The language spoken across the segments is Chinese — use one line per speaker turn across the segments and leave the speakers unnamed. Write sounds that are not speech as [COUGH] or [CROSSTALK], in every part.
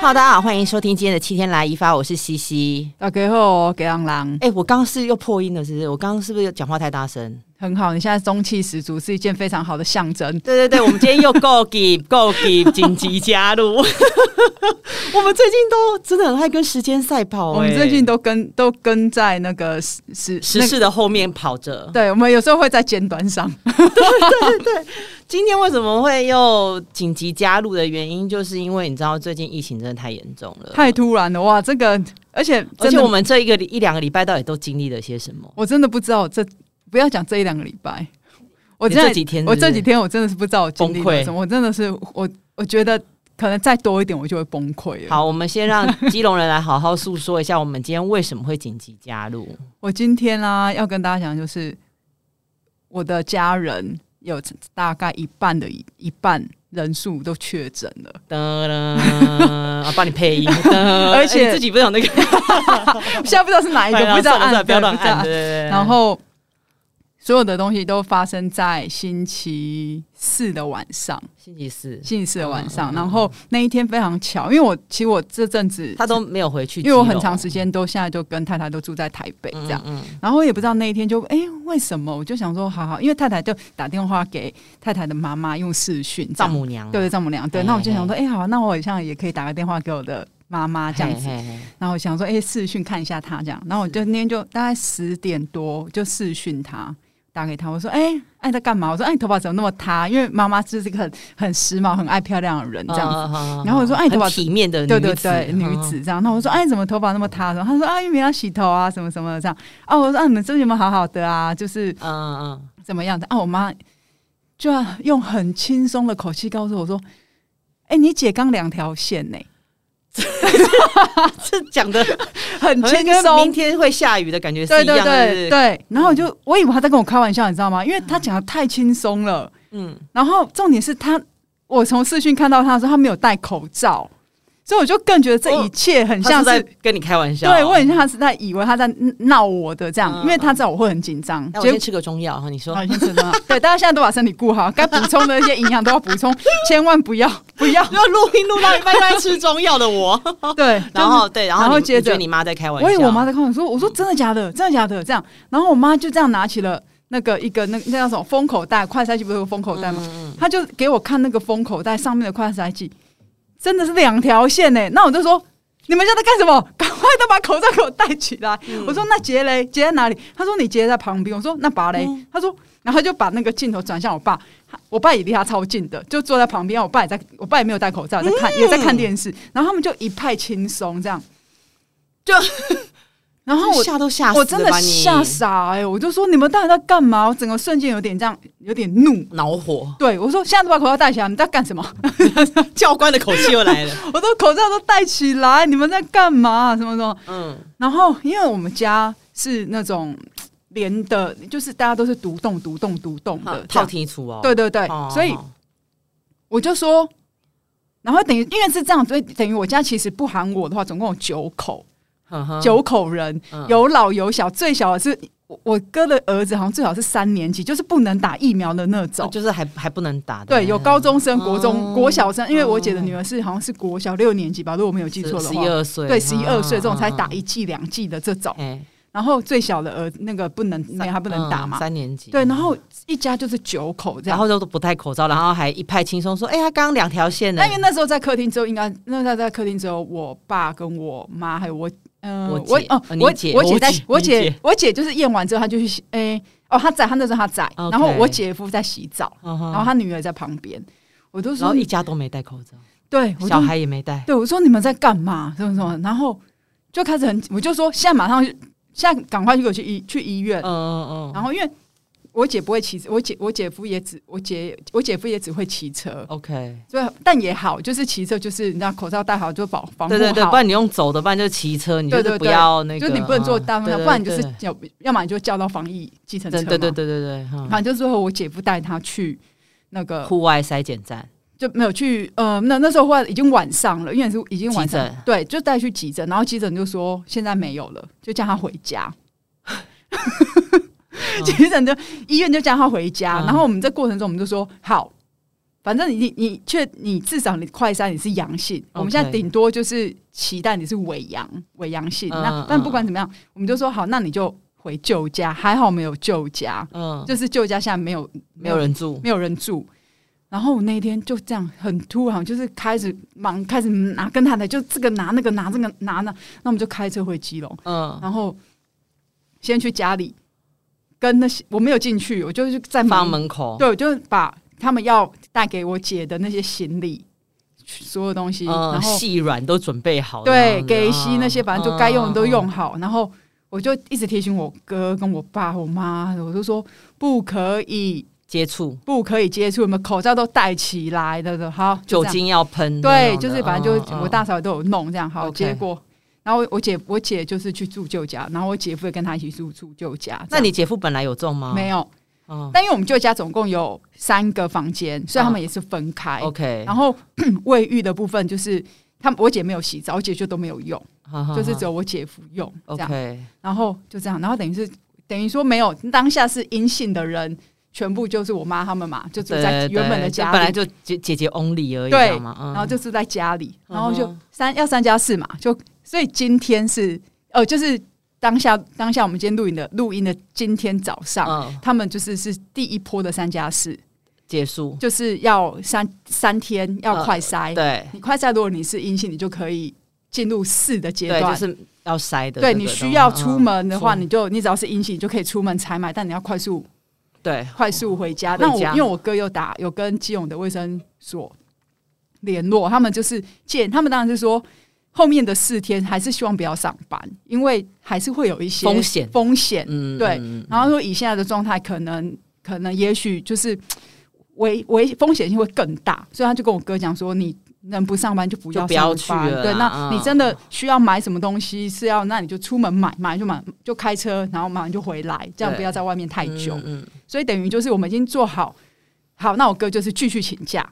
Hello，大家好，啊欢迎收听今天的七天来一发，我是西西。
大家好，给昂郎，
哎、我刚刚是又破音了，是不是？我刚刚是不是讲话太大声？
很好，你现在中气十足，是一件非常好的象征。
对对对，我们今天又够给够给紧急加入。 [LAUGHS] 我们最近都真的很爱跟时间赛跑、
我们最近都跟都跟在那个时时
哦哎时
那
事的后面跑着。
对，我们有时候会在尖端上，
今天为什么会又紧急加入的原因，就是因为你知道最近疫情真的太严重了，
太突然了哇！这个，而且
哦而
真
且
的
我们这一个礼一两个礼拜到底都经历了些什么？
我真的不知道我这，不要讲这一两个礼拜，我
你
真的
这几天是不
我
是
这几天我真的是不知道我经历
崩溃
了什么，我真的是我我觉得可能再多一点我就会崩溃了。
好，我们先让基隆人来好好诉说一下，我们今天为什么会紧急加入。
我今天啊，要跟大家讲，就是我的家人有大概一半的一一半人数都确诊了，
噔噔，啊，帮你配
[LAUGHS]
音，而
且
呃自己不是有那个，
现 [LAUGHS] 在不知道是哪一个，
哎呀
不知道
算了算了 [LAUGHS]
按，
不要乱
对知道啊
按，对对对
然后所有的东西都发生在星期四的晚上，
星期四
星期四的晚
嗯
上。
嗯嗯
然后那一天非常巧，因为我其实我这阵子，
他都没有回去，哦
因为我很长时间都现在就跟太太都住在台北这样。
嗯，
然后我也不知道那一天就哎、为什么？我就想说，好好，因为太太就打电话给太太的妈妈用视讯，
丈母娘
对对丈母娘对。
嘿
那我就想说，哎、好，那我好像也可以打个电话给我的妈妈这样子。
嘿嘿嘿
然后我想说，哎、视讯看一下她这样。然后我就那天就大概十点多就视讯她。打给她，我说：“哎、哎，在干嘛？”我说：“哎，你头发怎么那么塌？”因为妈妈就是一个很很时髦、很爱漂亮的人，这样子。
嗯嗯嗯嗯
然后我说哎
很
头发
体面的
对
女
对
子嗯
对，女，子这样。那我说，哎，怎么头发那么塌？然后她说，啊，因为没有洗头啊，什么什么的这样。啊，我说，啊，你们最近有没有好好的啊？就是
嗯嗯嗯，
怎么样的？啊，我妈就要用很轻松的口气告诉我说，哎，你姐刚两条线呢、
这讲的
很
好像
轻
跟明
松。
天会下雨的感觉是嗯
对
一样
对
的，
对
对不对，
对，然后我就我以为她在跟我开玩笑，你知道吗？因为她讲的太轻松了。
嗯，
然后重点是她，我从视讯看到她的时候，她没有戴口罩，所以我就更觉得这
哦
一切很
他
像
是
是
在跟你开玩笑，
对，我很像他是在以为他在闹我的这样，
嗯
因为他知道我会很紧张。
哎那我
结
先
果哦
吃个中药哈，
[LAUGHS]
你说
好，先知道。对，大家现在都把身体顾好，该补充的一些营养都要补充，千万不要不要。
要录音录到一半就在吃中药的我，
对，
[LAUGHS] 然后对，然后
然后
你
接
你觉
着
得你妈在开玩
就是
笑，
我以为我妈在看我说，我说真的假的，真的假的这样，然后我妈就这样拿起了那个一个那那叫什么封口袋，快筛剂不是有封口袋吗？
嗯
她就给我看那个封口袋上面的快筛剂，真的是两条线呢、那我就说。你们家在干什么？ [LAUGHS] 赶快都把口罩给我戴起来！
嗯
我说那杰雷杰在哪里？他说你杰在旁边。我说那拔雷，
嗯
他说，然后他就把那个镜头转向我爸，他我爸也离他超近的，就坐在旁边。我爸也在，我爸也没有戴口
嗯
罩，在看、也在看电视。然后他们就一派轻松这样，
[LAUGHS]
就然后我
吓都吓死了
我真的
吧你
吓傻哎、我就说你们到底在干嘛？我整个瞬间有点这样，有点怒。
恼
[LAUGHS]
火，
对我说现在都把口罩戴起来，你们在干什么？
教官的口气又来了。
我说口罩都戴起来，你们在干嘛？什么什么？
[LAUGHS] 嗯，
然后因为我们家是那种连的，就是大家都是独栋、独栋、独栋
好
的，这
套
样
题出哦，
嗯对对对，
哦，
所以
哦
我就说，然后等于因为是这样，所以等于我家其实不含我的话，总共有九口，
呵呵
九口人，
嗯
有老有小，最小的是我我哥的儿子，好像最好是三年级，就是不能打疫苗的那
哦
种。
就是还还不能打的，
对，有高中生、国中、
嗯
国小生，因为我姐的女儿是好像是国小六年级吧，如果我没有记错的
哦十
话
一，二岁，
对，十一二岁这种才打
嗯，
一剂、两剂的这种。
哎，
然后最小的儿那个不能，没有他不能打
嗯
嘛。
三年级
对，然后一家就是九口这
然
样。
后就都不戴口罩，然后还一派轻松说，哎，他刚刚两条线呢
那，因为那时候在客厅之后，应该那时候在客厅之后，我爸跟我妈还有我，嗯、
我
我
姐
哦
呃，你
我
姐
我
我
姐在
姐，
我
你
姐
姐
我姐就是验完之后，她就去洗，诶、哦，她在，她那时候她在
OK
然后我姐夫在洗澡，
然
然后她女儿在旁边，我
嗯
就
然
说
后一
你，
家都没戴口罩，
对，我就
小孩也没戴，
对我说你们在干嘛？什么什么，然后就开始很，我就说现在马上去，现在赶快去给我去医去医院
嗯，嗯嗯，
然后因为我姐不会骑，我姐我姐夫也只我姐我姐夫也只会骑车，
OK，
所以但也好，就是骑车就是你知道口罩戴好就保防护
对
好，
对对，不然你用走的，不然就骑车，你就
对
是
对
不
对
要那个，
就是你不能坐
嗯
大方向，
对
不然你就
对
是
对
要要么你就叫到防疫计程车
对
嘛，
对对对对对，嗯
反正就是最后我姐夫带他去。那个
户外筛检站，
就没有去，呃，那那时候后来已经晚上了，因为是已经晚上
急诊，
对，就带去急诊，然后急诊就说现在没有了，就叫他回
[LAUGHS]
家。
哦
急诊就医院就叫他回家，
嗯
然后我们这过程中我们就说好，反正你你确你至少你快筛你是阳性，我们现在
OK
顶多就是期待你是伪阳伪阳性。
嗯
那
嗯
但不管怎么样，我们就说好，那你就回旧家。还好没有旧家，
嗯，就
就是旧家现在没有
没有人住，
没有人住。然后我那一天就这样很突然，就是开始忙，开始拿跟他的就这个拿那个拿这个拿那，那我们就开车回基隆，
嗯，
然后先去家里跟那些我没有进去，我就是在
放
忙，
门口，
对，我就把他们要带给我姐的那些行李，所有东西，
嗯，
然后
细软都准备好这样
对
子，
给息那些，
嗯
反正就该用的都。
嗯
用
嗯
好。然后我就一直提醒我哥跟我爸我妈，我就说不可以
接触
不可以接触，我们口罩都戴起来的，对好就
酒
这样
精要喷那
对，
种的，
就是反正就
嗯
我大嫂都有弄这样好，
OK
结果。然后我我姐我姐就是去住舅家，然后我姐夫也跟她一起住住舅家。这
那
样
你姐夫本来有中吗？
没有？
嗯
但因为我们舅家总共有三个房间，所以他们也是分开。
，OK，
然后卫浴的部分就是他们我姐没有洗澡，我姐就都没有用，就是只
有
有我姐夫用这样。
嗯 OK，
然后就这样，然后等于是等于说没有当下是阴性的人，全部就是我妈他们嘛，就住在
对对
原本的
对
家
就
里
本来就姐姐姐 only 而已，
对
知道吗嗯
然后就住在家里，然后就
嗯
三要三加四嘛，就所以今天是呃，就是当下当下我们今天录影的录音的今天早上，
嗯
他们就是是第一波的三加四，
结束，
就是要三三天要
嗯
快筛，
对
你快筛如果你是阴性，你就可以进入四的阶
对，就
段。
是要筛的这个东西，
对你需要出门的话，
嗯
你就你只要是阴性，你就可以出门采买，但你要快速
对
快速回家。
回
那我
家
因为我哥有打有跟基隆的卫生所联络，他们就是建，他们当然是说后面的四天还是希望不要上班，因为还是会有一些
风险
风险。
嗯
对
嗯
然后说以现在的状态，可能可能也许就是危危风险性会更大，所以他就跟我哥讲说你。能不上班就不要
就不要
上班
去了啦
对，那
嗯
你真的需要买什么东西是要，那你就出门买，买就买，就开车，然后马上就回来，这样
对
不要在外面太久。
嗯，嗯
所以等于就是我们已经做好，好，那我哥就是继续请假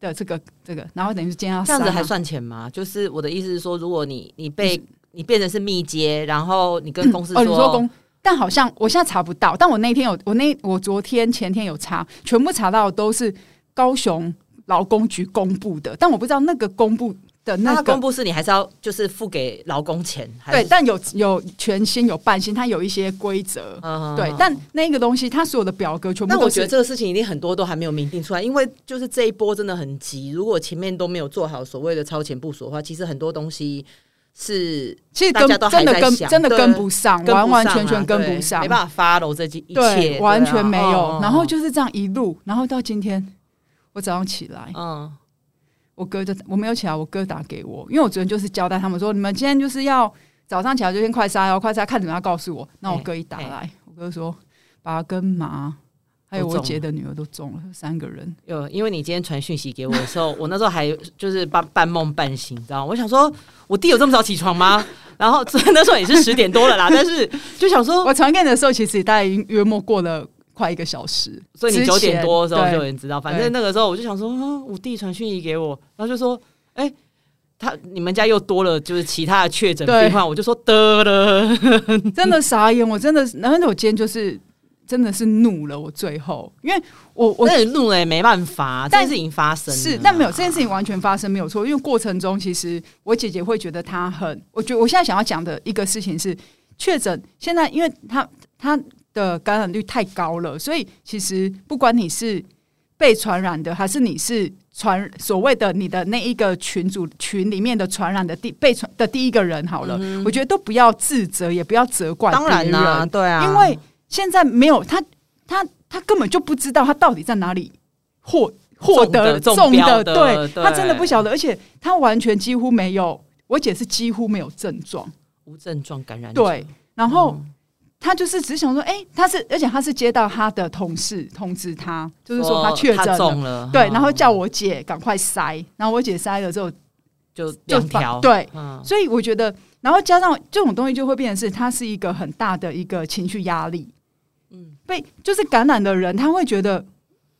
的这个这个，然后等于是今天要啊
这样子
删
还
嘛
算钱吗？就是我的意思是说，如果你你被你变成是密接，然后你跟公司
哦，你说公，但好像我现在查不到，但我那天有我那我昨天前天有查，全部查到都是高雄劳工局公布的，但我不知道那个公布的
那
那
他
个
啊公布是你还是要就是付给劳工钱，还
对，
是
但有有全薪有半薪，它有一些规则。
嗯
对，但那个东西，它所有的表格全部
但
都
我觉
是
得这个事情一定很多都还没有明定出来，因为就是这一波真的很急。如果前面都没有做好所谓的超前部署的话，其实很多东西是
其实
大
跟
家都还
真的
在
跟
想
真的
对
跟不上，
跟不上啊
完完全全跟
对
不上，
没办法 follow 这一
对，
切，啊嗯
完全没有。然后
就
就是这样一路，然后到今天，我早上起来，
嗯
我哥就我没有起来，我哥打给我，因为我昨天就是交代他们说，你们今天就是要早上起来就先快杀，然后快杀看怎么样告诉我。那我哥一打来，我哥说爸跟妈还有
都
我
中了
姐的女儿都中了，三个人。
有，因为你今天传讯息给我的时候，我那时候还就是半半梦半醒，你知道吗？我想说，我弟有这么早起床
[LAUGHS]
吗？然后那时候也是十点多了啦，但是就想说，
我传给你的时候，其实大概已经约莫过了快一个小时，
所以你
之
九点
前
多的时候
对
就有人知道。反正那个时候我就想说，啊，我弟传讯息给我，然后就说，哎、他你们家又多了就是其他的确诊
对
病患，我就说得了， [LAUGHS]
真的傻眼，我真的，然后我今天就是真的是怒了，我最后，因为我我
我很怒了、也没办法，这
但
件事情发生了
是，但没有这件事情完全发生没有错，因为过程中其实我姐姐会觉得她很，我觉得我现在想要讲的一个事情是，确诊现在因为她她的感染率太高了，所以其实不管你是被传染的，还是你是传所谓的你的那一个群组群里面的传染的第被传的第一个人好了，我觉得都不要自责，也不要责怪
嗯当然
别人
啦、对啊，
因为现在没有他，他他根本就不知道他到底在哪里获获得
中的中
中
标的
对
对
他真的不晓得，而且他完全几乎没有，我姐是几乎没有症状，
无症状感染者
对，然后。
嗯
他就是只想说，哎、他是，而且他是接到他的同事通知他，就是说他确诊了，
哦中了，
对，
嗯
然后叫我姐赶快筛，然后我姐筛了之后，
就
就
两条
反对
嗯
所以我觉得，然后加上这种东西，就会变成是它是一个很大的一个情绪压力。嗯，被就是感染的人，他会觉得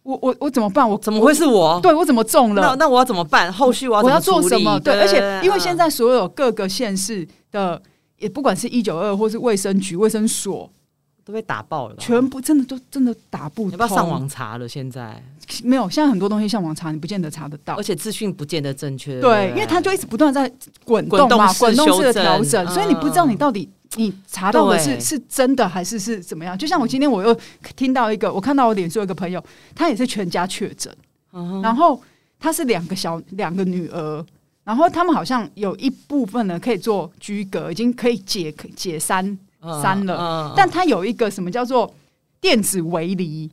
我我我怎么办？我
怎么会是我？
对我怎么中
那
了？
那我要怎么办？后续我要
我
怎
要
处
做
理
什么？对，
对，嗯
而且因为现
在
在所有各个县市的，也不管是一九二或是卫生局、卫生所，
都被打爆了吧，
全部真的都真的打不
你要不要上
通
网查了？现在，
没有，现在很多东西上网查，你不见得查得到
而。且资讯不见得正确，
哦对，因为它
他
就一直不断地在滚
滚
动
动
嘛，
式
滚动
修
式的
正嗯
调整，所以你不知道你到底你查到的
对
是是真的还是是怎么样。就像我今天我又听到一个，我看到我脸书有一个朋友，他也是全家确诊，
嗯
然后他是两个小两个女儿。然后他们好像有一部分呢可以做居隔，已经可以解解删，
嗯
删了
了
但他有一个什么叫做电子围篱，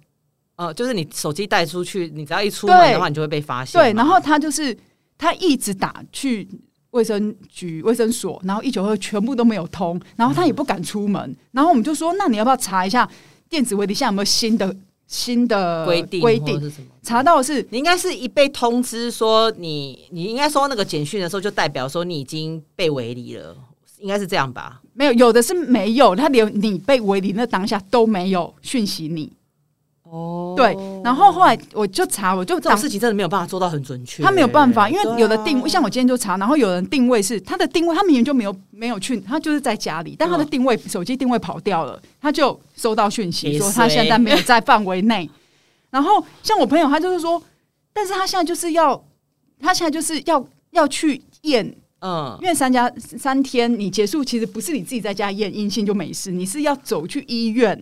呃，就是你手机带出去，你只要一出门的话，你就会被发现嘛。
对，然后他就是他一直打去卫生局、卫生所，然后一九二全部都没有通，然后他也不敢出门。然后我们就说，那你要不要查一下电子围篱下有没有新的新的
规定
呃规
或者
定？
是什么？
查到的是
你应该是一被通知说你，你应该收到那个简讯的时候，就代表说你已经被围篱了，应该是这样吧？
没有，有的是没有，他连你被围篱那当下都没有讯息你。
哦
对，然后后来我就查，我就
这种
当
事情真的没有办法做到很准确，
他没有办法，因
对啊
为有的定位，像我今天就查，然后有人定位是他的定位，他明明就没有没有去，他就是在家里，但他的定位、手机定位跑掉了，他就收到讯息
也
说他
随
现在没有在范围内。 [LAUGHS] 然后像我朋友，他就是说，但是他现在就是要，他现在就是要要去验，
嗯，
因为三加三天你结束，其实不是你自己在家验阴性就没事，你是要走去医院，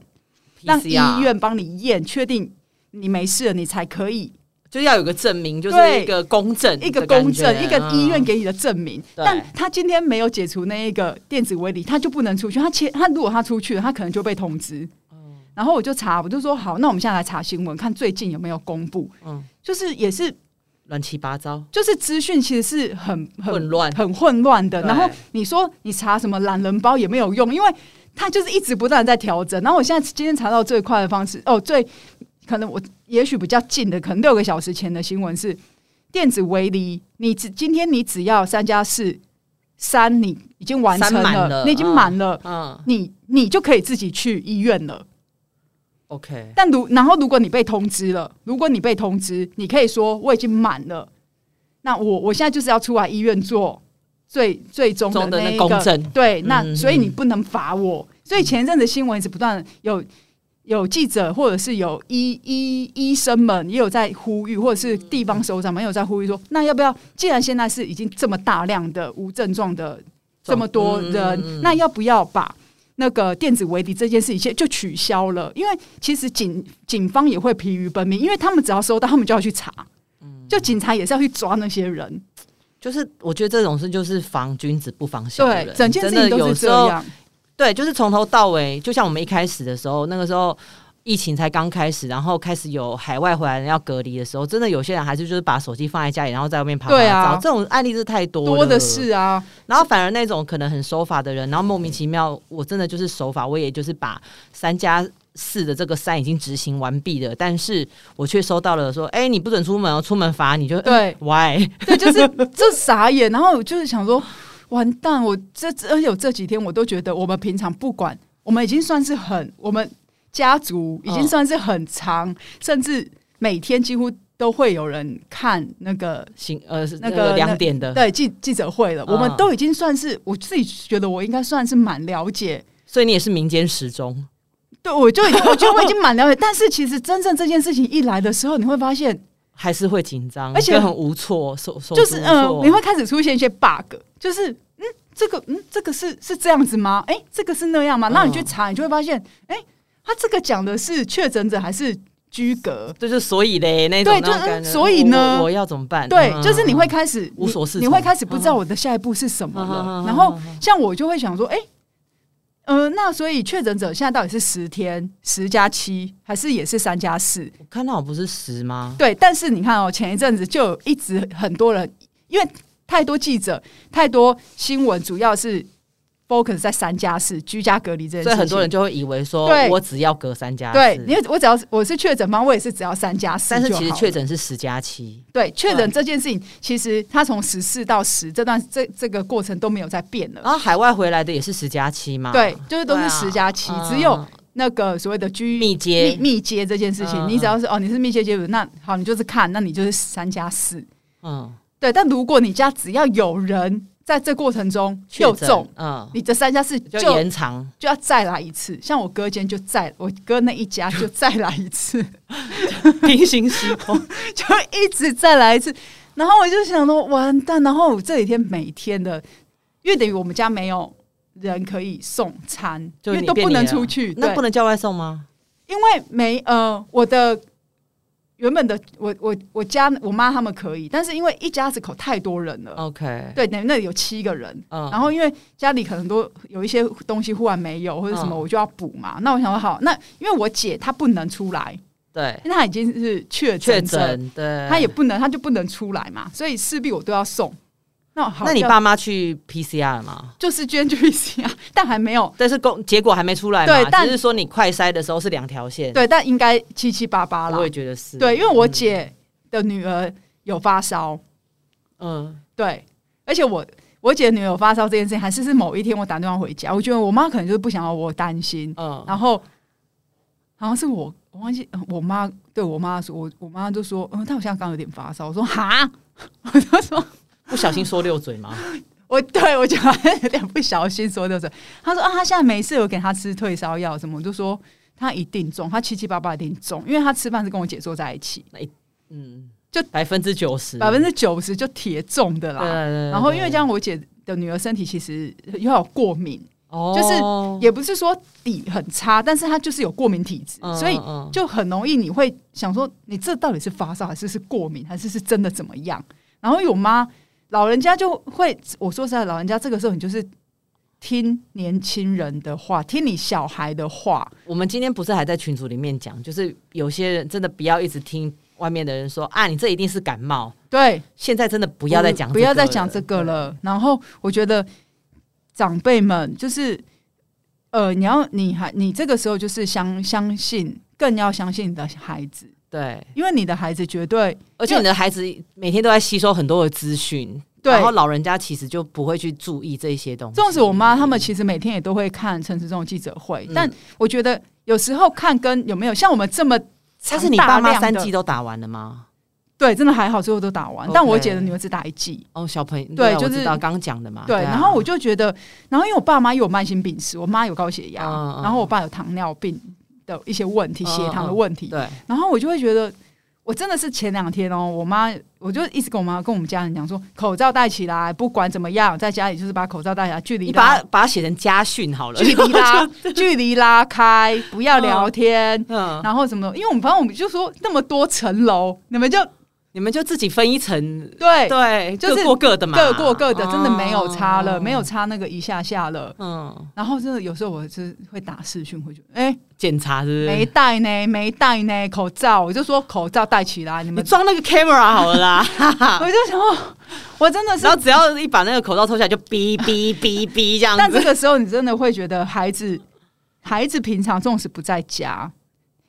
让
PCR
医院帮你验，确定你没事了，你才可以
就是要有个证明，就是
对
一个公证的
一
感觉，
个公证，一个
嗯
医院给你的证明。
对
但他今天没有解除那一个电子围篱，他就不能出去。他切，他如果他出去了，他可能就被通知。
嗯
然后我就查，我就说好，那我们现在来查新闻，看最近有没有公布。
嗯
就是也是
乱七八糟，
就是资讯其实是很
混
很
乱，
很混乱的。
对
然后你说你查什么懒人包也没有用，因为他就是一直不断地在调整。然后我现在今天查到最快的方式，哦，最可能我也许比较近的，可能六个小时前的新闻是电子围篱，你只今天你只要三加四三，你已经完成
三满
了，
了
你已经
嗯
满了，
嗯
你你就可以自己去医院了。
，OK，
但如然后如果你被通知了，如果你被通知，你可以说我已经满了，那我我现在就是要出来医院做最最终的
中的
那
那
一
公
个
证，
对，那、
嗯
所以你不能罚我。所以前一阵子新闻是不断有有记者或者是有医医医生们也有在呼吁，或者是地方首长们也有在呼吁说，那要不要？既然现在是已经这么大量的无症状的这么多
嗯
人，
嗯嗯
那要不要把？那个电子围篱这件事情现就取消了，因为其实警警方也会疲于奔命，因为他们只要收到，他们就要去查，
嗯
就警察也是要去抓那些人，
就是我觉得这种事就是防君子不防小人
对，，整件事情
真的
都
有
是这
时候
样，
对，就是从头到尾，就像我们一开始的时候，那个时候疫情才刚开始，然后开始有海外回来人要隔离的时候，真的有些人还是就是把手机放在家里，然后在外面爬爬
对啊
照，这种案例是太多
多
的
的。是啊，
然后反而那种可能很守法的人，然后莫名其妙，我真的就是守法，我也就是把三加。四的这个三已经执行完毕了，但是我却收到了说，哎、你不准出门哦，出门罚你就
对，
[LAUGHS] why？
对，就是这傻眼。然后我就是想说，完蛋，我这而且我这几天我都觉得，我们平常不管，我们已经算是很，我们家族已经
嗯
算是很长，甚至每天几乎都会有人看那个。
行，呃，
那
那
个
个两点的，
对记记者会了，
嗯
我们都已经算是我自己觉得我应该算是蛮了解，
所以你也是民间时钟，
对我就已经我觉得我已经蛮了解，但是其实真正这件事情一来的时候，你会发现
还是会紧张，
而且
跟很无措，手手足
就是
无
嗯、
措
你会开始出现一些 bug，就是嗯，这个嗯，这个是是这样子吗？哎、这个是那样吗？
嗯
那你去查，你就会发现，哎、他这个讲的是确诊者还是居隔？
这就是所以嘞那种
对
那种
就
感觉
嗯所以呢
我我要怎么办？
对，
嗯
就是你会开始
无所适从
你，你会开始不知道我的下一步是什么
嗯嗯
了。
嗯
然后像我就会想说，哎、呃，那所以确诊者现在到底是十天十加七，还是也是三加四？
我看到我不是十吗？
对，但是你看哦，前一阵子就有一直很多人，因为太多记者、太多新闻，主要是 focus 在三加四居家隔离这件事
所
情。
以很多人就会以为说
对，
我只要隔三加
对，
四
因为我只要我是确诊方，我也是只要三加四
但是
就好
其
了。
实确诊是嗯十加七，
对确诊这件事情，其实它从十四到十这段这这个过程都没有在变了。
然后海外回来的也是十加七嘛，
对，就是都是
啊对啊
十加七，
嗯
只有那个所谓的居
密接
密密接这件事情，
嗯
你只要是哦你是密切接触，那好你就是看，那你就是三加四。
嗯，
对，但如果你家只要有人在这过程中
确
又
诊
中，
嗯，
你的三加四
就
就就
延
[LAUGHS]
长，
要再来一次。像我哥今天就再，我哥那一家就再来一次， [LAUGHS]
平行时空，
就一直再来一次。然后我就想说完蛋，然后我这几天每天的，因为等于我们家没有人可以送餐，
就
因
是
为
你
都
变
不
你
能
了
出去，
[LAUGHS]
对
那不能叫外送吗？
因为没呃，我的原本的我我我家我妈他们可以，但是因为一家子口太多人了，
OK，
对，等于那里有七个人，
嗯，
然后因为家里可能都有一些东西忽然没有或者什么，
嗯
我就要补嘛。那我想说好，那因为我姐她不能出来，
对
因为她已经是确
确
诊者，
诊，对，
她也不能，她就不能出来嘛，所以势必我都要送。那好，
那你
就
爸妈去 PCR 了吗？
就是捐去一下， [LAUGHS] 但还没有
但是公结果还没出来嘛，
对但
只是说你快筛的时候是两条线，，
对，但应该七七八八啦
我。也觉得是，
对，因为我姐的女儿有发烧，
嗯，
对，而且我我姐女儿有发烧这件事情，还是是某一天我打电话回家，我觉得我妈可能就是不想要我担心，
嗯嗯，
然后好像是我我忘记呃我妈对我妈说，我我妈就说，嗯，她好像刚有点发烧，我说哈，我就说。
不小心说溜嘴
[LAUGHS]
嘛，
我对我就好像有点不小心说的是，她说啊，她现在没事，我给她吃退烧药什么，我就说她一定中，她七七八八一定中，因为她吃饭是跟我姐坐在一起，
嗯，
就
百分之九十，
百分之九十就铁中的
对
啦。
对对，
然后因为这
样，
样，我姐的女儿身体其实又有过敏，
哦
也不是说底很差，但是她就是有过敏体质，
嗯
所以
嗯
就很容易你会想说，你这到底是发烧还是是过敏，还是是真的怎么样？然后有妈老人家就会，我说实在，老人家这个时候你就是听年轻人的话，听你小孩的话，
我们今天不是还在群组里面讲，就是有些人真的不要一直听外面的人说啊，你这一定是感冒。
对，
现在真的不要再讲，
不要再讲这个。了。然后我觉得长辈们就是，呃，你要你还你这个时候就是相相信，更要相信你的孩子，
对，
因为你的孩子绝对
而且你的孩子每天都在吸收很多的资讯，
对
然后老人家其实就不会去注意这些东西。
纵使我妈他们其实每天也都会看陈时中的记者会，
嗯
但我觉得有时候看跟有没有像我们这么
但是你
长大
爸妈
量的
三季都打完了吗？
对，真的还好，最后都打完。
OK
但我姐的女儿只打一剂，
哦，小朋友，
对
啊
就
我
是
知道刚讲的嘛。
对。
啊
然后我就觉得，然后因为我爸妈也有慢性病史，我妈有高血压，
嗯嗯
然后我爸有糖尿病的一些问题，
嗯
血糖的问题，
对，
然后我就会觉得。我真的是前两天哦，我妈我就一直跟我妈跟我们家人讲说，口罩戴起来，不管怎么样，在家里就是把口罩戴起来，距离
你
拉
[LAUGHS] 把它把它写成家训好了。
距离拉距离拉开，不要聊天，
嗯，
然后什么？因为我们反正我们就说那么多层楼，你们就
你们就自己分一层，
对
对，
就是
各过各的嘛，
各过各的，真的没有差了，
哦
没有差那个一下下了。
嗯，
然后真的有时候我是会打视讯，会觉得哎、
检查是不是？
没戴呢，没戴呢，口罩，我就说口罩戴起来，你
你
们。
装那个 camera 好了 [LAUGHS] 啦，
我就想说，我真的是
然，啊后只要一把那个口罩脱下来，就哔哔哔哔这样
但
子
这。个时候你真的会觉得孩子，孩子平常纵使不在家，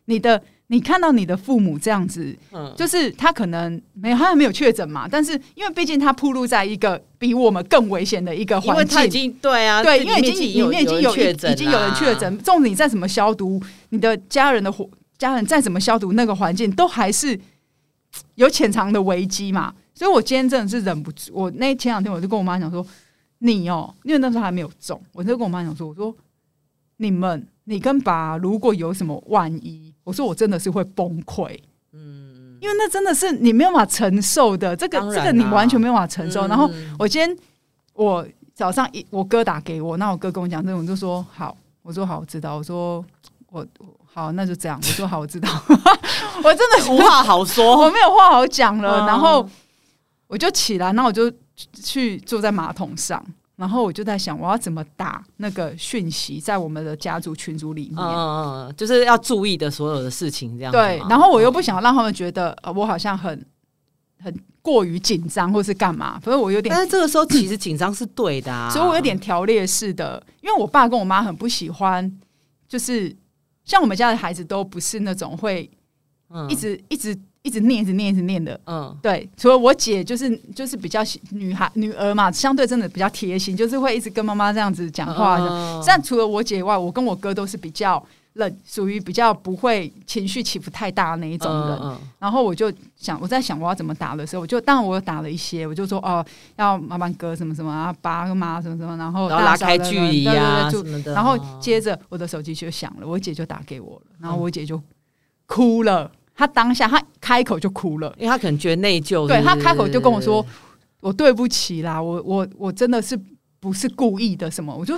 你的你看到你的父母这样子，
嗯，
就是他可能没有，他还没有确诊嘛，但是因为毕竟他暴露在一个比我们更危险的一个
因为
环
他已
境，
经对啊，
对，
这
因为已经里面已经
人
有
确
已
诊，
经有人确，诊，纵使你再怎么消毒，你的家人的伙家人再怎么消毒，那个环境都还是有潜藏的危机嘛。所以我今天真的是忍不住，我那前两天我就跟我妈讲说，你哦，因为那时候还没有中，我就跟我妈讲说，我说你们，你跟爸如果有什么万一，我说我真的是会崩溃。
嗯，
因为那真的是你没有办法承受的，这个、
当然
这
啊
个你完全没有办法承受。
嗯
然后我今天我早上一我哥打给我，那我哥跟我讲这种，我就说好，我说好，我知道，我说我我好，那就这样，我说好，我知道，我真的是
无话好
[LAUGHS] 我
说，
没有话好讲了。
嗯
然后我就起来，那我就去坐在马桶上，然后我就在想我要怎么打那个讯息在我们的家族群组里面。
嗯嗯，嗯就是要注意的所有的事情这样子嘛。嗯
对，然后我又不想让他们觉得、呃、我好像很很过于紧张或是干嘛，所以我有点
但，是这个时候其实紧张是对的啊，
[COUGHS] 所以我有点条列式的，因为我爸跟我妈很不喜欢，就是像我们家的孩子都不是那种会
嗯
一直、一直一直念、一直念、一直念的。
嗯
对，除了我姐，就是就是比较喜女孩女儿嘛，相对真的比较贴心，就是会一直跟妈妈这样子讲话的。
嗯嗯嗯
但除了我姐以外，我跟我哥都是比较冷，属于比较不会情绪起伏太大的那一种人。
嗯嗯
然后我就想，我在想我要怎么打的时候，我就当然我有打了一些，我就说哦，要慢慢割什么什么啊，拔个麻什么什么，然后
然后
大
拉
小
开
的
距
人
离啊
对对
呀
对就
什么的，
然后
哦
接着我的手机就响了，我姐就打给我了，然后我姐就哭了，
嗯
她当下她开口就哭了，
因为他可能觉得内疚，
对
是不
她
是
开口就跟我说，：“我对不起啦，我我我真的是不是故意的什么？”我就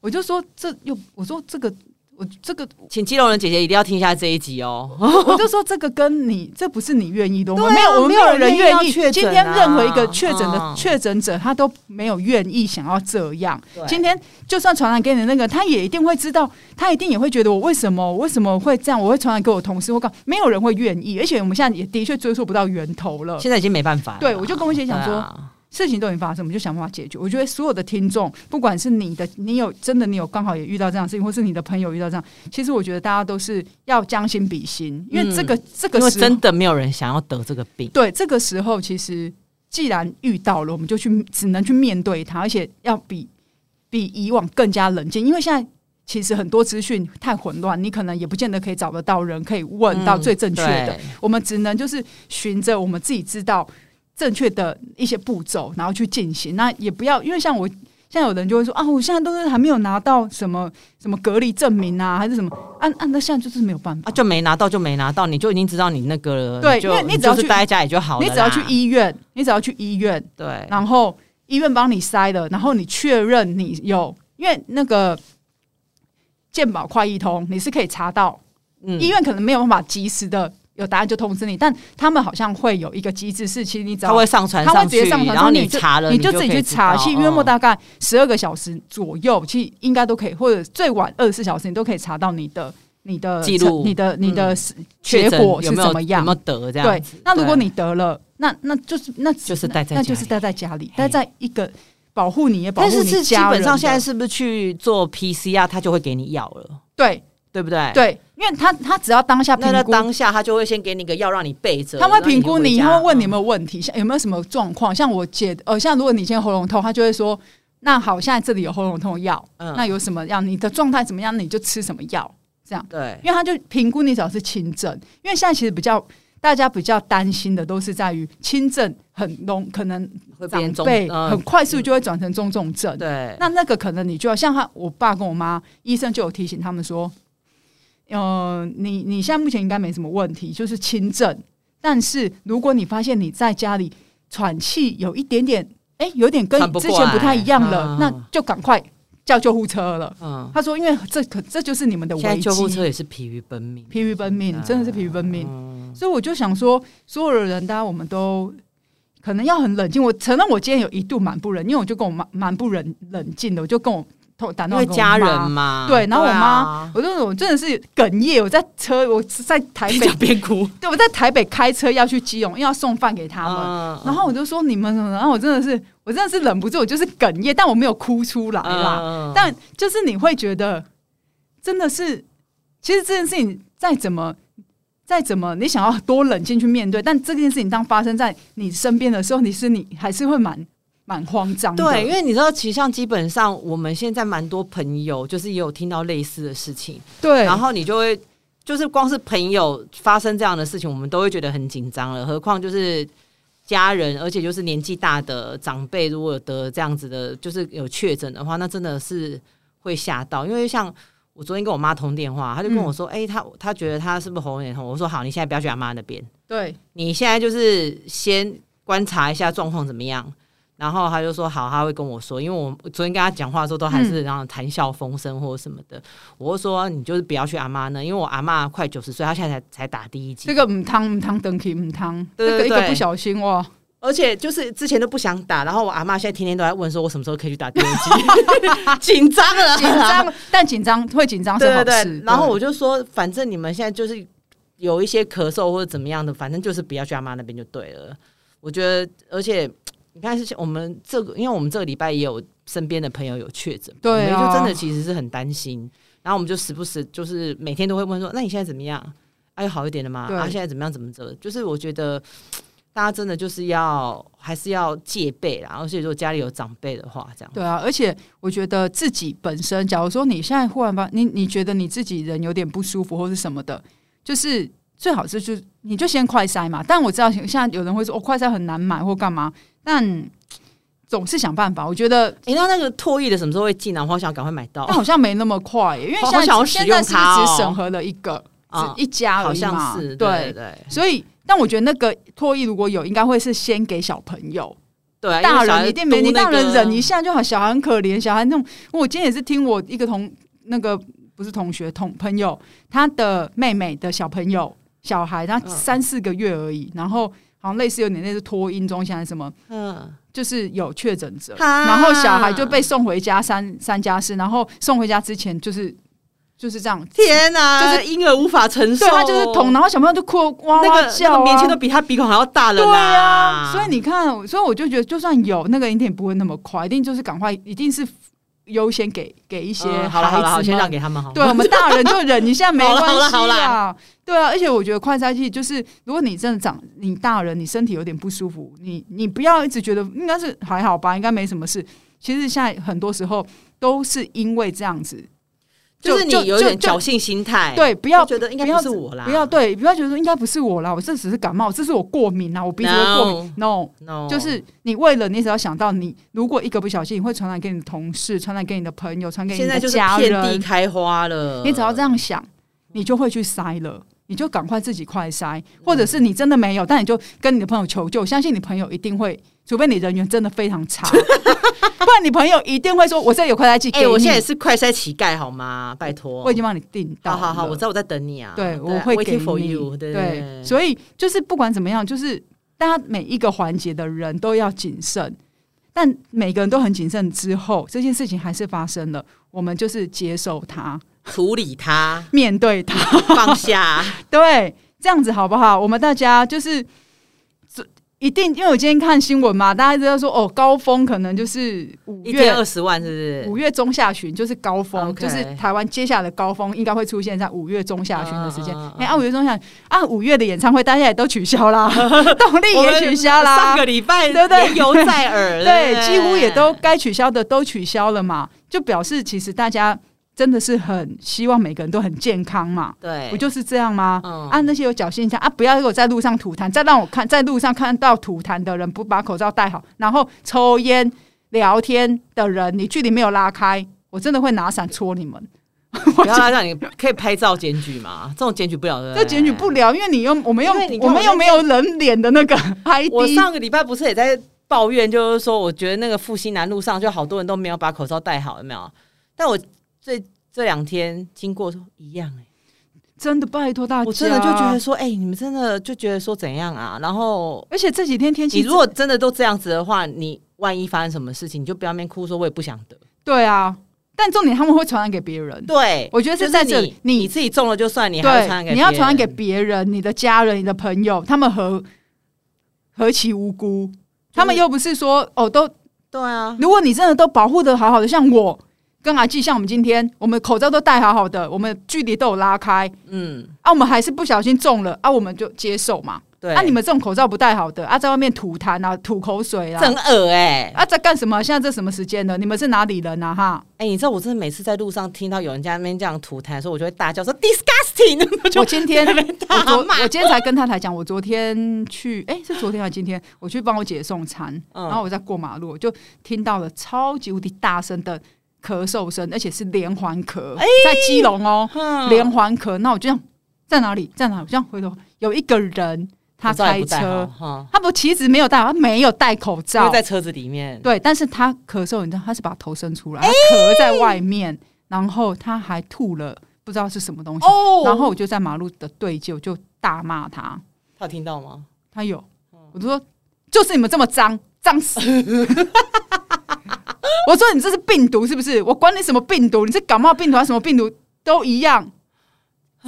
我就说这又我说这个我这个
请基隆人姐姐一定要听一下这一集哦。
[LAUGHS] 我就说这个跟你这不是你愿意的，我们
对啊
没有我们没有
没
人
有人愿意
意。
确诊啊
今天任何一个确诊的
嗯
确诊者，他都没有愿意想要这样。
对
今天就算传染给你的那个，他也一定会知道，他一定也会觉得我为什么我为什么会这样，我会传染给我同事，我告没有人会愿意，而且我们现在也的确追溯不到源头了。
现在已经没办法了啦。
对，我就跟我姐
对
讲
啊
说，事情都已经发生，我们就想办法解决。我觉得所有的听众，不管是你的，你有真的你有刚好也遇到这样的事情，或是你的朋友遇到这样，其实我觉得大家都是要将心比心，因为这个、这
嗯因
个
为
时候
真的没有人想要得这个病。
对这个时候，其实既然遇到了，我们就去只能去面对它，而且要比比以往更加冷静，因为现在。其实很多资讯太混乱，你可能也不见得可以找得到人可以问到
嗯
最正确的。
对
我们只能就是循着我们自己知道正确的一些步骤，然后去进行。那也不要，因为像我现在有人就会说啊，我现在都是还没有拿到什么什么隔离证明啊，还是什么，按、按、那现在就是没有办法。
啊，就没拿到就没拿到，你就已经知道你那个了。
对
就
因为你只要
就
去
是待在家里就好了
你
啦。
只要去医院，你只要去医院，
对，
然后医院帮你筛了，然后你确认你有，因为那个健保快易通你是可以查到，
嗯
医院可能没有办法及时的有答案就通知你，但他们好像会有一个机制，是其实你只
他
要
会上传
他会
上
直
去，
接上传，
然后
说你自
查了，
你
你
就自己
可以
去
知
查，
道
其实约
嗯
莫大概十二个小时左右，其实应该都可以，或者最晚二十四小时，你都可以查到你的你的
记录
你的你的
嗯
结
确诊
果是
有没
怎
有
么样
有没有得这样？
对，那如果你得了，那那就是那
就是待在
那
家
就是
里
待在家里，
嘿
待在一个保护你也保
但
护
是
你
是基
家人
本
的。
上现在是不是去做 PCR，他就会给你药了，
对
对不对？。
对，因为他他只要当下评
哎那在
估，
当下他就会先给你个药让你嗯备着，
他会评估你，他会问你有没
们
有问题，像有没有什么状况。像我姐，呃，像如果你现在喉咙痛，他就会说，那好，现在这里有喉咙痛药，
嗯
那有什么样？你的状态怎么样？你就吃什么药，这样。
对
因为他就评估你只要是轻症，因为现在其实比较大家比较担心的都是在于轻症很容可能
会变
长
中
辈
嗯
很快速就会转成中重症。
对，
那那个可能你就要像他，我爸跟我妈，医生就有提醒他们说，呃，你你现在目前应该没什么问题，就是轻症。但是如果你发现你在家里喘气有一点点，哎、有点跟
喘不
之
过
前不太一样
来
了，
嗯
那就赶快叫救护车了。
嗯，
他说，因为这可这就是你们的危
现在
机，
救护车也是疲于奔命，
疲于奔命，真的是疲于奔命。
啊嗯
所以我就想说，所有的人，大家我们都可能要很冷静。我承认我今天有一度蛮不冷，因为我就跟我妈蛮不冷冷静的，我就跟我同打
因
电话
为
跟我
家
妈
人嘛，
对，然后我妈
[LAUGHS] 啊，
我就我真的是哽咽，我在车，我在台
[LAUGHS] 边
北
讲，边哭，
对，我在台北开车要去基隆，因为要送饭给他们。
嗯
然后我就说你们什么？然后我真的是，我真的是忍不住，我就是哽咽，但我没有哭出来啦。
嗯
但就是你会觉得，真的是，其实这件事情再怎么再怎么，你想要多冷静去面对，但这件事情当发生在你身边的时候，你是你还是会蛮蛮慌张的。
对，因为你知道，其实像基本上我们现在蛮多朋友，就是也有听到类似的事情，
对，
然后你就会就是光是朋友发生这样的事情，我们都会觉得很紧张了，何况就是。家人，而且就是年纪大的长辈，如果有得这样子的，就是有确诊的话，那真的是会吓到。因为像我昨天跟我妈通电话，她就跟我说：“哎、她她觉得她是不是喉咙有点痛？”我说：“好，你现在不要去阿妈那边，
对
你现在就是先观察一下状况怎么样。然后他就说好，他会跟我说，因为我我昨天跟他讲话的时候都还
嗯
是然后谈笑风生或什么的。我就说你就是不要去阿妈那，因为我阿妈快九十岁，她现在才才打第一剂
这，个唔汤唔汤登 k 唔汤，
对
这个
对
一个
对
不小心哇，
而且就是之前都不想打，然后我阿妈现在天天都在问说，我什么时候可以去打第二剂，[LAUGHS]
[LAUGHS]
紧张了，
紧张，但紧张会紧张是
对
好
对
事。
对，然后我
对
就说，反正你们现在就是有一些咳嗽或者怎么样的，反正就是不要去阿妈那边就对了。我觉得，而且你看，是我们这个，因为我们这个礼拜也有身边的朋友有确诊，
对啊
我们就真的其实是很担心。然后我们就时不时就是每天都会问说，那你现在怎么样？啊，有好一点了吗？
对
啊，现在怎么样？怎么着？就是我觉得。大家真的就是要还是要戒备啦。而且如果家里有长辈的话，这样
对啊，而且我觉得自己本身，假如说你现在忽然发，你你觉得你自己人有点不舒服或是什么的，就是最好是就你就先快筛嘛。但我知道现在有人会说，哦，快筛很难买或干嘛，但总是想办法。我觉得，
哎、那那个唾液的什么时候会进啊？我好想赶快买到
但，好像没那么快耶、因为
好
现在
好想要使
现
用
在是不
它
是
哦
只审核了一个，
啊
只一家而
好
已嘛？
像是对对
所以。但我觉得那个唾液如果有，应该会是先给小朋友，
对啊，因为
大
小孩
人一定没，
嘟
你
那
大人
个
忍一下就好。小孩很可怜，小孩那种，我今天也是听我一个同那个不是同学同朋友，他的妹妹的小朋友小孩，他
嗯
三四个月而已，然后好像类似有点类似托婴中心还是什么，
嗯，
就是有确诊者，
哈
然后小孩就被送回家三三家室，然后送回家之前就是就是这样，
天哪、
就
就是是婴儿无法承受，
对他就是捅，然后小朋友就哭哇
那
哇
个
叫、
那
啊
个棉签都比他鼻孔还要大了
对啊
啦。
所以你看，所以我就觉得，就算有那个，一定也不会那么快，一定就是赶快，一定是优先给给一些孩子
嗯
们、
好了好了，好先让给他们好了。
对啊我们大人就忍一下，没关系
[LAUGHS] 好啦好啦
啦。对啊，而且我觉得快筛剂就是，如果你真的长，你大人你身体有点不舒服，你你不要一直觉得应该是还好吧，应该没什么事。其实现在很多时候都是因为这样子，
就是你有一点
就
侥幸心态，
对，不要
就觉得应该
不要
不是我啦，
不要对，不要觉得说应该不是我啦，我这只是感冒，这是我过敏啊啦，我鼻子会过敏。no
no，
就是你为了你只要想到你，如果一个不小心，你会传染给你的同事，传染给你的朋友，传给你
现在
的
就是
家
遍地
人。
开花了。
你只要这样想，你就会去筛了，你就赶快自己快筛，或者是你真的没有，但你就跟你的朋友求救，相信你朋友一定会，除非你人缘真的非常
[LAUGHS]
差，不然你朋友一定会说：“我这里有快筛剂给
哎、
你。
我现在也是快筛乞丐好吗？拜托，
我已经帮你订到
好
了。
好好，我知道我在等你啊。
对，我
啊
会给
waiting
你。
for you，对对
对，
对。
所以就是不管怎么样，就是大家每一个环节的人都要谨慎，但每个人都很谨慎之后，这件事情还是发生了，我们就是接受它，
处理它，
面对
[LAUGHS]
它，
放下。
对，这样子好不好？我们大家就是。这一定，因为我今天看新闻嘛，大家都在说哦，高峰可能就是五
一天
月
二十万是不
五
是？
月中下旬就是高峰
OK
就是台湾接下来的高峰应该会出现在五月中下旬的时间。
嗯嗯
哎、
嗯
啊，五月中下旬啊，五月的演唱会大家也都取
[LAUGHS]
消啦，动力也取消
我们上
啦
个，礼拜
对不对
言犹在耳，
对，
不
几乎也都该取消的都取消了嘛，就表示其实大家真的是很希望每个人都很健康嘛。
对，
不就是这样吗？
嗯
啊，那些有侥幸心啊，不要给我在路上吐痰，再让我看在路上看到吐痰的人不把口罩戴好，然后抽烟聊天的人，你距离没有拉开，我真的会拿伞戳你们。
不要让你可以拍照检举嘛，这种检举不了的，
这检举不。了，因为你又我们又
因为你看
我们又没有人脸的那个 ID，
我上个礼拜不是也在抱怨，就是说，我觉得那个复兴南路上就好多人都没有把口罩戴好，有没有？但我这这两天经过说一样、欸，
真的拜托大家，
我真的就觉得，说，哎、你们真的就觉得说怎样啊？然后
而且这几天天气
你
真，
如果真的都这样子的话，你万一发生什么事情，你就不要面哭说我也不想得。
对啊，但重点他们会传染给别人，
对，
我觉得
就是
在这里
你你自己中了就算，你还要传染给
对，你要
别
传染给
人
别人、你的家人、你的朋友，他们何何其无辜？他们又不是说哦，都
对啊，
如果你真的都保护的好好的，像我跟阿纪，像我们今天，我们口罩都戴好好的，我们距离都有拉开
嗯，
啊，我们还是不小心中了啊，我们就接受嘛。
对。
啊，你们这种口罩不戴好的啊，在外面吐痰啊、吐口水
这很
啊，
恶哎、
啊，在干什么？现在这什么时间了？你们是哪里人啊？哈，
哎、你知道我真的每次在路上听到有人在那边这样吐痰的时候，我就会大叫说 disgusting，我就 [LAUGHS]
我今天
在那边
我
大
昨
骂
我今天才跟太太讲，我昨天去，哎、是昨天还是今天？我去帮我姐送餐，
嗯
然后我在过马路，我就听到了超级无敌大声的咳嗽声，而且是连环咳，在基隆哦，
哎嗯
连环咳。那我就这样在哪里，在哪里？我这样回头，有一个人他
口罩
开
也不戴好
车，
哈，
他不其实没有戴好，他没有戴口
因
罩
为，在车子里面，
对，但是他咳嗽，你知道他是把头伸出来，
哎
他咳在外面，然后他还吐了，不知道是什么东西。
哦
然后我就在马路的对街，我就大骂他，
他有听到吗？
他有，我就说就是你们这么脏，脏死！ [LAUGHS] 我说你这是病毒是不是？我管你什么病毒，你是感冒病毒还是什么病毒都一样，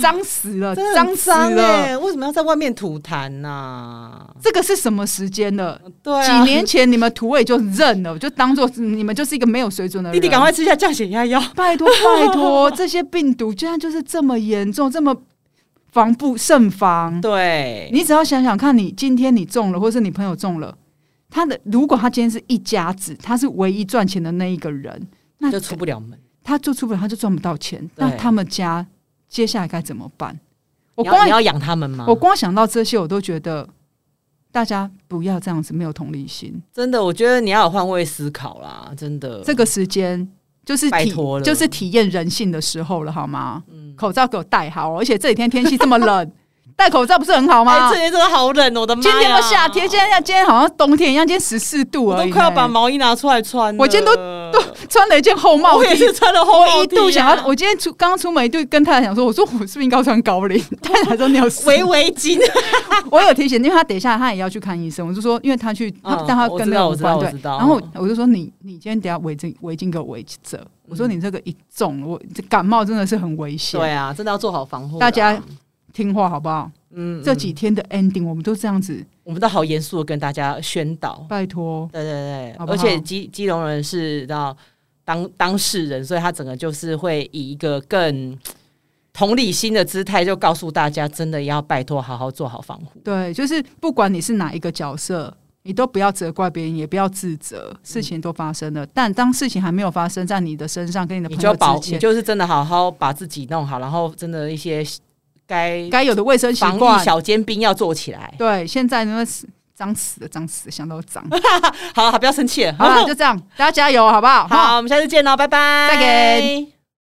脏死了，
真的
呃脏
很
死
脏
了！
哎，为什么要在外面吐痰呐？
这个是什么时间了？
对啊，
几年前你们土味就认了，我就当做你们就是一个没有水准的人。
弟弟赶快吃一下降血压药，
拜托拜托，这些病毒居然就是这么严重，这么防不胜防。
对，
你只要想想看，你今天你中了，或是你朋友中了，他的如果他今天是一家子，他是唯一赚钱的那一个人，那
就出不了门。
他就出不了，他就赚不到钱。
对
那他们家接下来该怎么办？我
你要
光
你要养他们吗？
我光想到这些，我都觉得大家不要这样子，没有同理心。
真的，我觉得你要有换位思考啦，真的。
这个时间就是
拜
体
托了嗯
就是体验人性的时候了，好吗？口罩给我戴好，而且这几天天气这么
[LAUGHS]
冷，戴口罩不是很好
哎、
吗？
这些真的好冷，我的啊妈呀！
今天都夏天，今天今天好像冬天一样，今天十四度
我
而已、
都快要把毛衣拿出来穿了。
我今天都
都
穿了一件厚帽
我也
子。
是穿了厚
我
毛
一
衣啊、
度想要，我今天出刚出门，一度跟太太讲说， [LAUGHS] 我说我是不是应该穿高领？太太说你有事，
围围巾。
[LAUGHS] 我有提醒，因为他等一下他也要去看医生，我就说，因为他去，他
嗯
但他
我
跟
知
那
道
个
我
无
知
关
道我
对
知。道
然后我就说你你今天等一下围巾围巾给我围着，我说你这个一中，我这感冒真的是很危
[LAUGHS]
险，
对啊，真的要做好防护啦。
大家听话好不好？
嗯，
这
嗯
几天的 ending 我们都这样子，
我们都好严肃的跟大家宣导。
拜托，
对对对，
好不
而
好
且基基隆人是到当当事人，所以他整个就是会以一个更同理心的姿态，就告诉大家，真的要拜托好好做好防护。
对，就是不管你是哪一个角色。你都不要责怪别人，也不要自责，事情都发生了。但当事情还没有发生在你的身上，跟你的
你
朋
就要
友
保，
之
你
前，
就是真的好好把自己弄好，然后真的一些该
该有的卫生习
防
惯
疫，小尖兵要做起来。
对，现在呢是脏死了，脏死了，想到脏。
好了，好不要生气了。
好了，就这样，大家加油，好不好？哈
哦好，我们下次见喽，拜拜。
再见